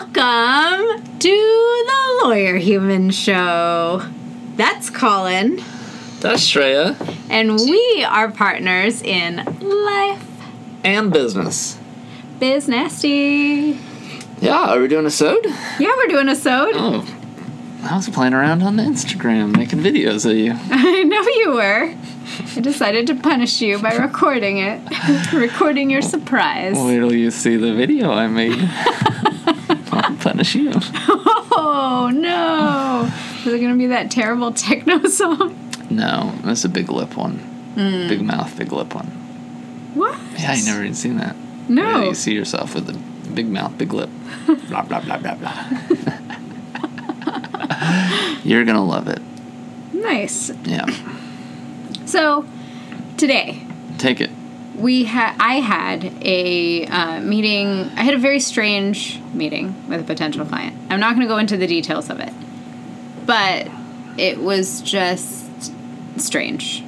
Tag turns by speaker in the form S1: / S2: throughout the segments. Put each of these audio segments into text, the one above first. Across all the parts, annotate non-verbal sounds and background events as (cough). S1: Welcome to the Lawyer Human Show. That's Colin,
S2: That's Shreya.
S1: and we are partners in life.
S2: And business.
S1: Biz Nasty.
S2: Yeah, are we doing a sode?
S1: Yeah, we're doing a sode.
S2: Oh. I was playing around on Instagram making videos of you.
S1: (laughs) I know you were. I decided to punish you by recording it, (laughs) recording your surprise.
S2: Wait till you see the video I made. (laughs) I'll punish you.
S1: Oh no! Is it gonna be that terrible techno (laughs) song?
S2: No, that's a big lip one. Big mouth, big lip one.
S1: What?
S2: Yeah, you never even seen that. Wait till
S1: No.
S2: you see yourself with a big mouth, big (laughs) lip. blah, blah, blah, blah, blah. (laughs) You're gonna love it.
S1: Nice.
S2: Yeah.
S1: So today
S2: Take it.
S1: we had I had a uh, meeting. I had a very strange meeting with a potential client. I'm not gonna go into the details of it, but it was just strange,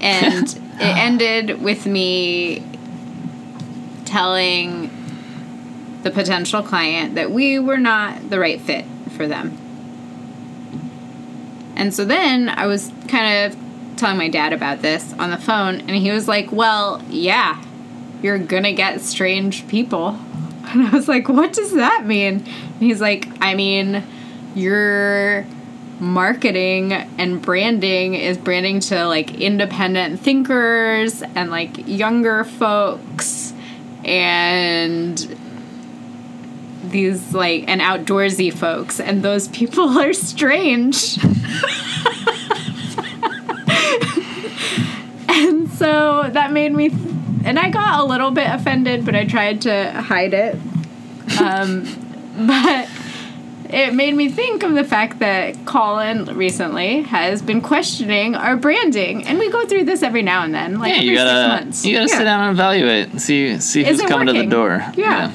S1: and it ended with me telling the potential client that we were not the right fit for them. And so then I was kind of telling my dad about this on the phone, and he was like, Well, yeah, you're gonna get strange people. (laughs) And I was like, What does that mean? And he's like, I mean, your marketing and branding is branding to like independent thinkers and like younger folks and these like and outdoorsy folks and those people (laughs) are strange and so that made me and i got a little bit offended but i tried to hide it um, (laughs) but it made me think of the fact that colin recently has been questioning our branding and we go through this every now and then like
S2: Yeah,
S1: every
S2: you
S1: six
S2: gotta
S1: months
S2: you gotta
S1: Yeah.
S2: sit down and evaluate and see see
S1: Is
S2: who's
S1: it
S2: coming to
S1: working?
S2: the door.
S1: Yeah.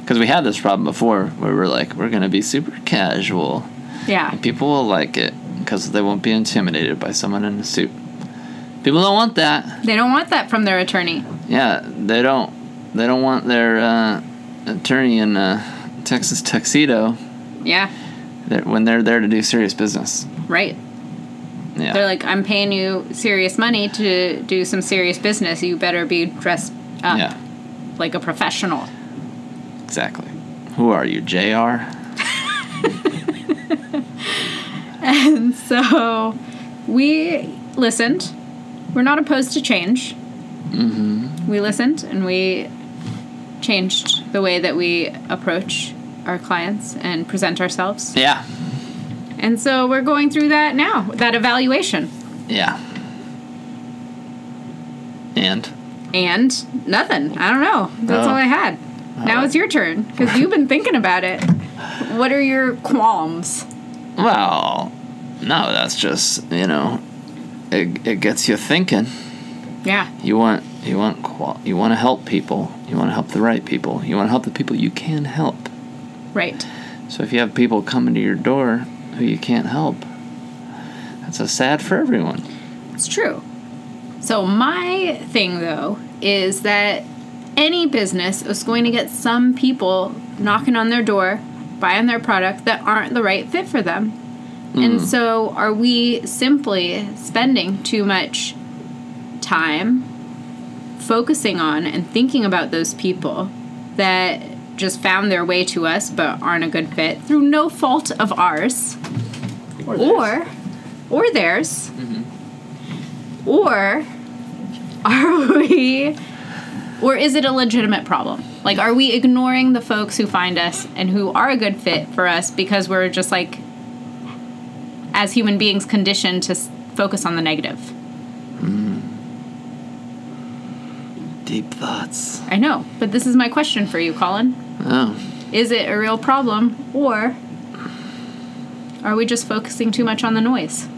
S2: Because we had this problem before where we're like, we're gonna be super casual.
S1: yeah
S2: People will like it because they won't be intimidated by someone in a suit. People don't want that.
S1: they don't want that from their attorney
S2: Yeah, they don't. They don't want their uh, attorney in a Texas tuxedo
S1: yeah
S2: that when they're there to do serious business.
S1: right
S2: Yeah.
S1: They're like, I'm paying you serious money to do some serious business. You better be dressed up
S2: yeah.
S1: like a professional. (laughs)
S2: Exactly. Who are you, Jr?
S1: And so we listened. We're not opposed to change.
S2: Mm-hmm.
S1: We listened and we changed the way that we approach our clients and present ourselves.
S2: Yeah.
S1: And so we're going through that now, that evaluation.
S2: Yeah. And.
S1: And nothing. I don't know. That's
S2: Oh.
S1: all I had. Now it's your turn because you've been thinking about it. What are your qualms?
S2: Well, no, that's just you know, it, it gets you thinking.
S1: Yeah.
S2: You want you want qual- you want to help people. You want to help the right people. You want to help the people you can help.
S1: Right.
S2: So if you have people coming to your door who you can't help, that's so sad for everyone.
S1: It's true. So, my thing though is that any business is going to get some people knocking on their door, buying their product that aren't the right fit for them. And so, are we simply spending too much time focusing on and thinking about those people that just found their way to us but aren't a good fit through no fault of ours? or or theirs or are we or is it a legitimate problem like are we ignoring the folks who find us and who are a good fit for us because we're just like as human beings conditioned to s- focus on the negative
S2: Deep thoughts.
S1: i know but this is my question for you colin
S2: Oh,
S1: is it a real problem or are we just focusing too much on the noise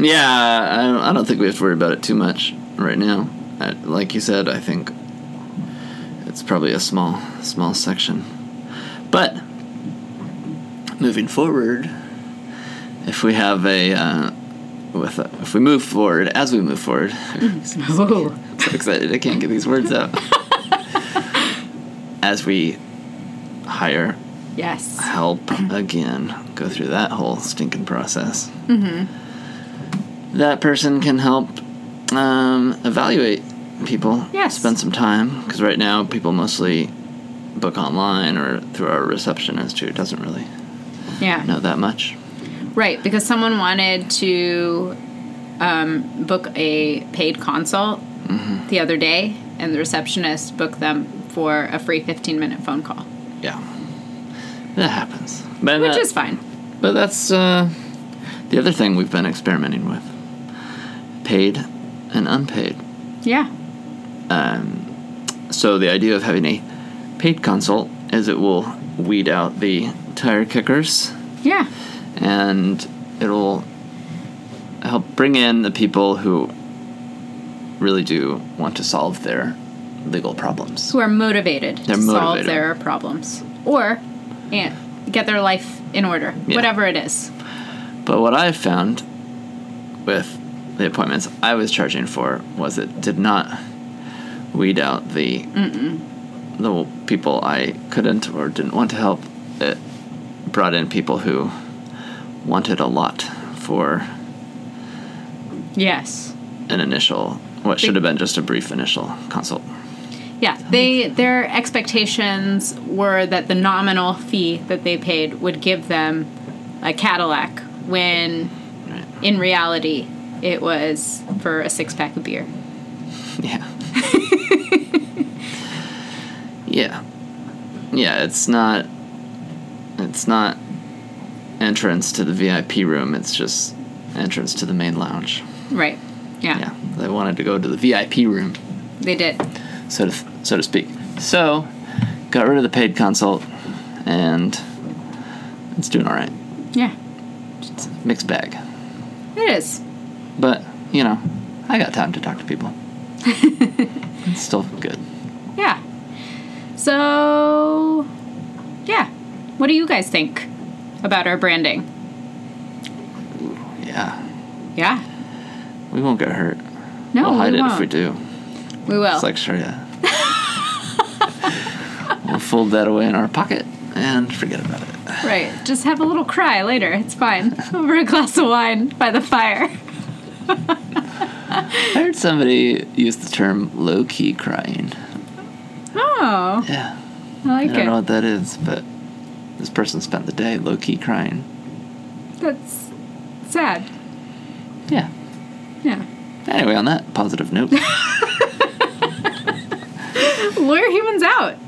S2: yeah. I don't, I don't think we have to worry about it too much right now. I, like you said, I think it's probably a small small section. But moving forward, if we have a uh, with a, if we move forward (laughs) as we move forward, I'm
S1: oh
S2: so excited I can't get these words out. as we hire
S1: Yes.
S2: help again, go through that whole stinking process. Mm-hmm. That person can help um, evaluate people.
S1: Yes.
S2: Spend some time because right now people mostly book online or through our receptionist who doesn't really
S1: Yeah.
S2: know that much.
S1: Right, because someone wanted to um, book a paid consult
S2: Mm-hmm.
S1: the other day, and the receptionist booked them for a free 15 minute phone call,
S2: Yeah. That happens. But
S1: which
S2: that-
S1: is fine.
S2: But that's uh, the other thing we've been experimenting with paid and unpaid.
S1: Yeah.
S2: Um, So the idea of having a paid consult is it will weed out the tire kickers
S1: Yeah.
S2: and it'll help bring in the people who really do want to solve their legal problems.
S1: Who are motivated
S2: They're
S1: to solve
S2: motivated.
S1: their problems or eh, get their life in order,
S2: Yeah.
S1: whatever it is.
S2: But what I found with the appointments I was charging for was it did not weed out the the people I couldn't or didn't want to help. It brought in people who wanted a lot for
S1: Yes.
S2: an initial what should have been just a brief initial consult.
S1: Yeah, they their expectations were that the nominal fee that they paid would give them a Cadillac when
S2: Right.
S1: in reality it was for a six pack of beer.
S2: Yeah. (laughs) yeah. Yeah, it's not it's not entrance to the VIP room, it's just entrance to the main lounge.
S1: Right. Yeah.
S2: Yeah. They wanted to go to the VIP room,
S1: They did.
S2: so to so to speak. So, got rid of the paid consult and it's doing all right.
S1: Yeah.
S2: It's a mixed bag.
S1: It is.
S2: But, you know, I got time to talk to people. it's still good.
S1: Yeah. So yeah. What do you guys think about our branding?
S2: Yeah.
S1: Yeah.
S2: We won't get hurt.
S1: No,
S2: we'll hide
S1: we
S2: it
S1: won't. Oh.
S2: if we do.
S1: We will.
S2: It's like, sure, yeah. we'll fold that away in our pocket and forget about it.
S1: Right. Just have a little cry later. It's fine. (laughs) Over a glass of wine by the fire.
S2: I heard somebody use the term low key crying.
S1: Oh,
S2: Yeah.
S1: I like
S2: I don't know
S1: it.
S2: what that is, but this person spent the day low key crying.
S1: That's sad.
S2: Yeah.
S1: Yeah. (laughs)
S2: Anyway, on that positive note,
S1: Lure humans out.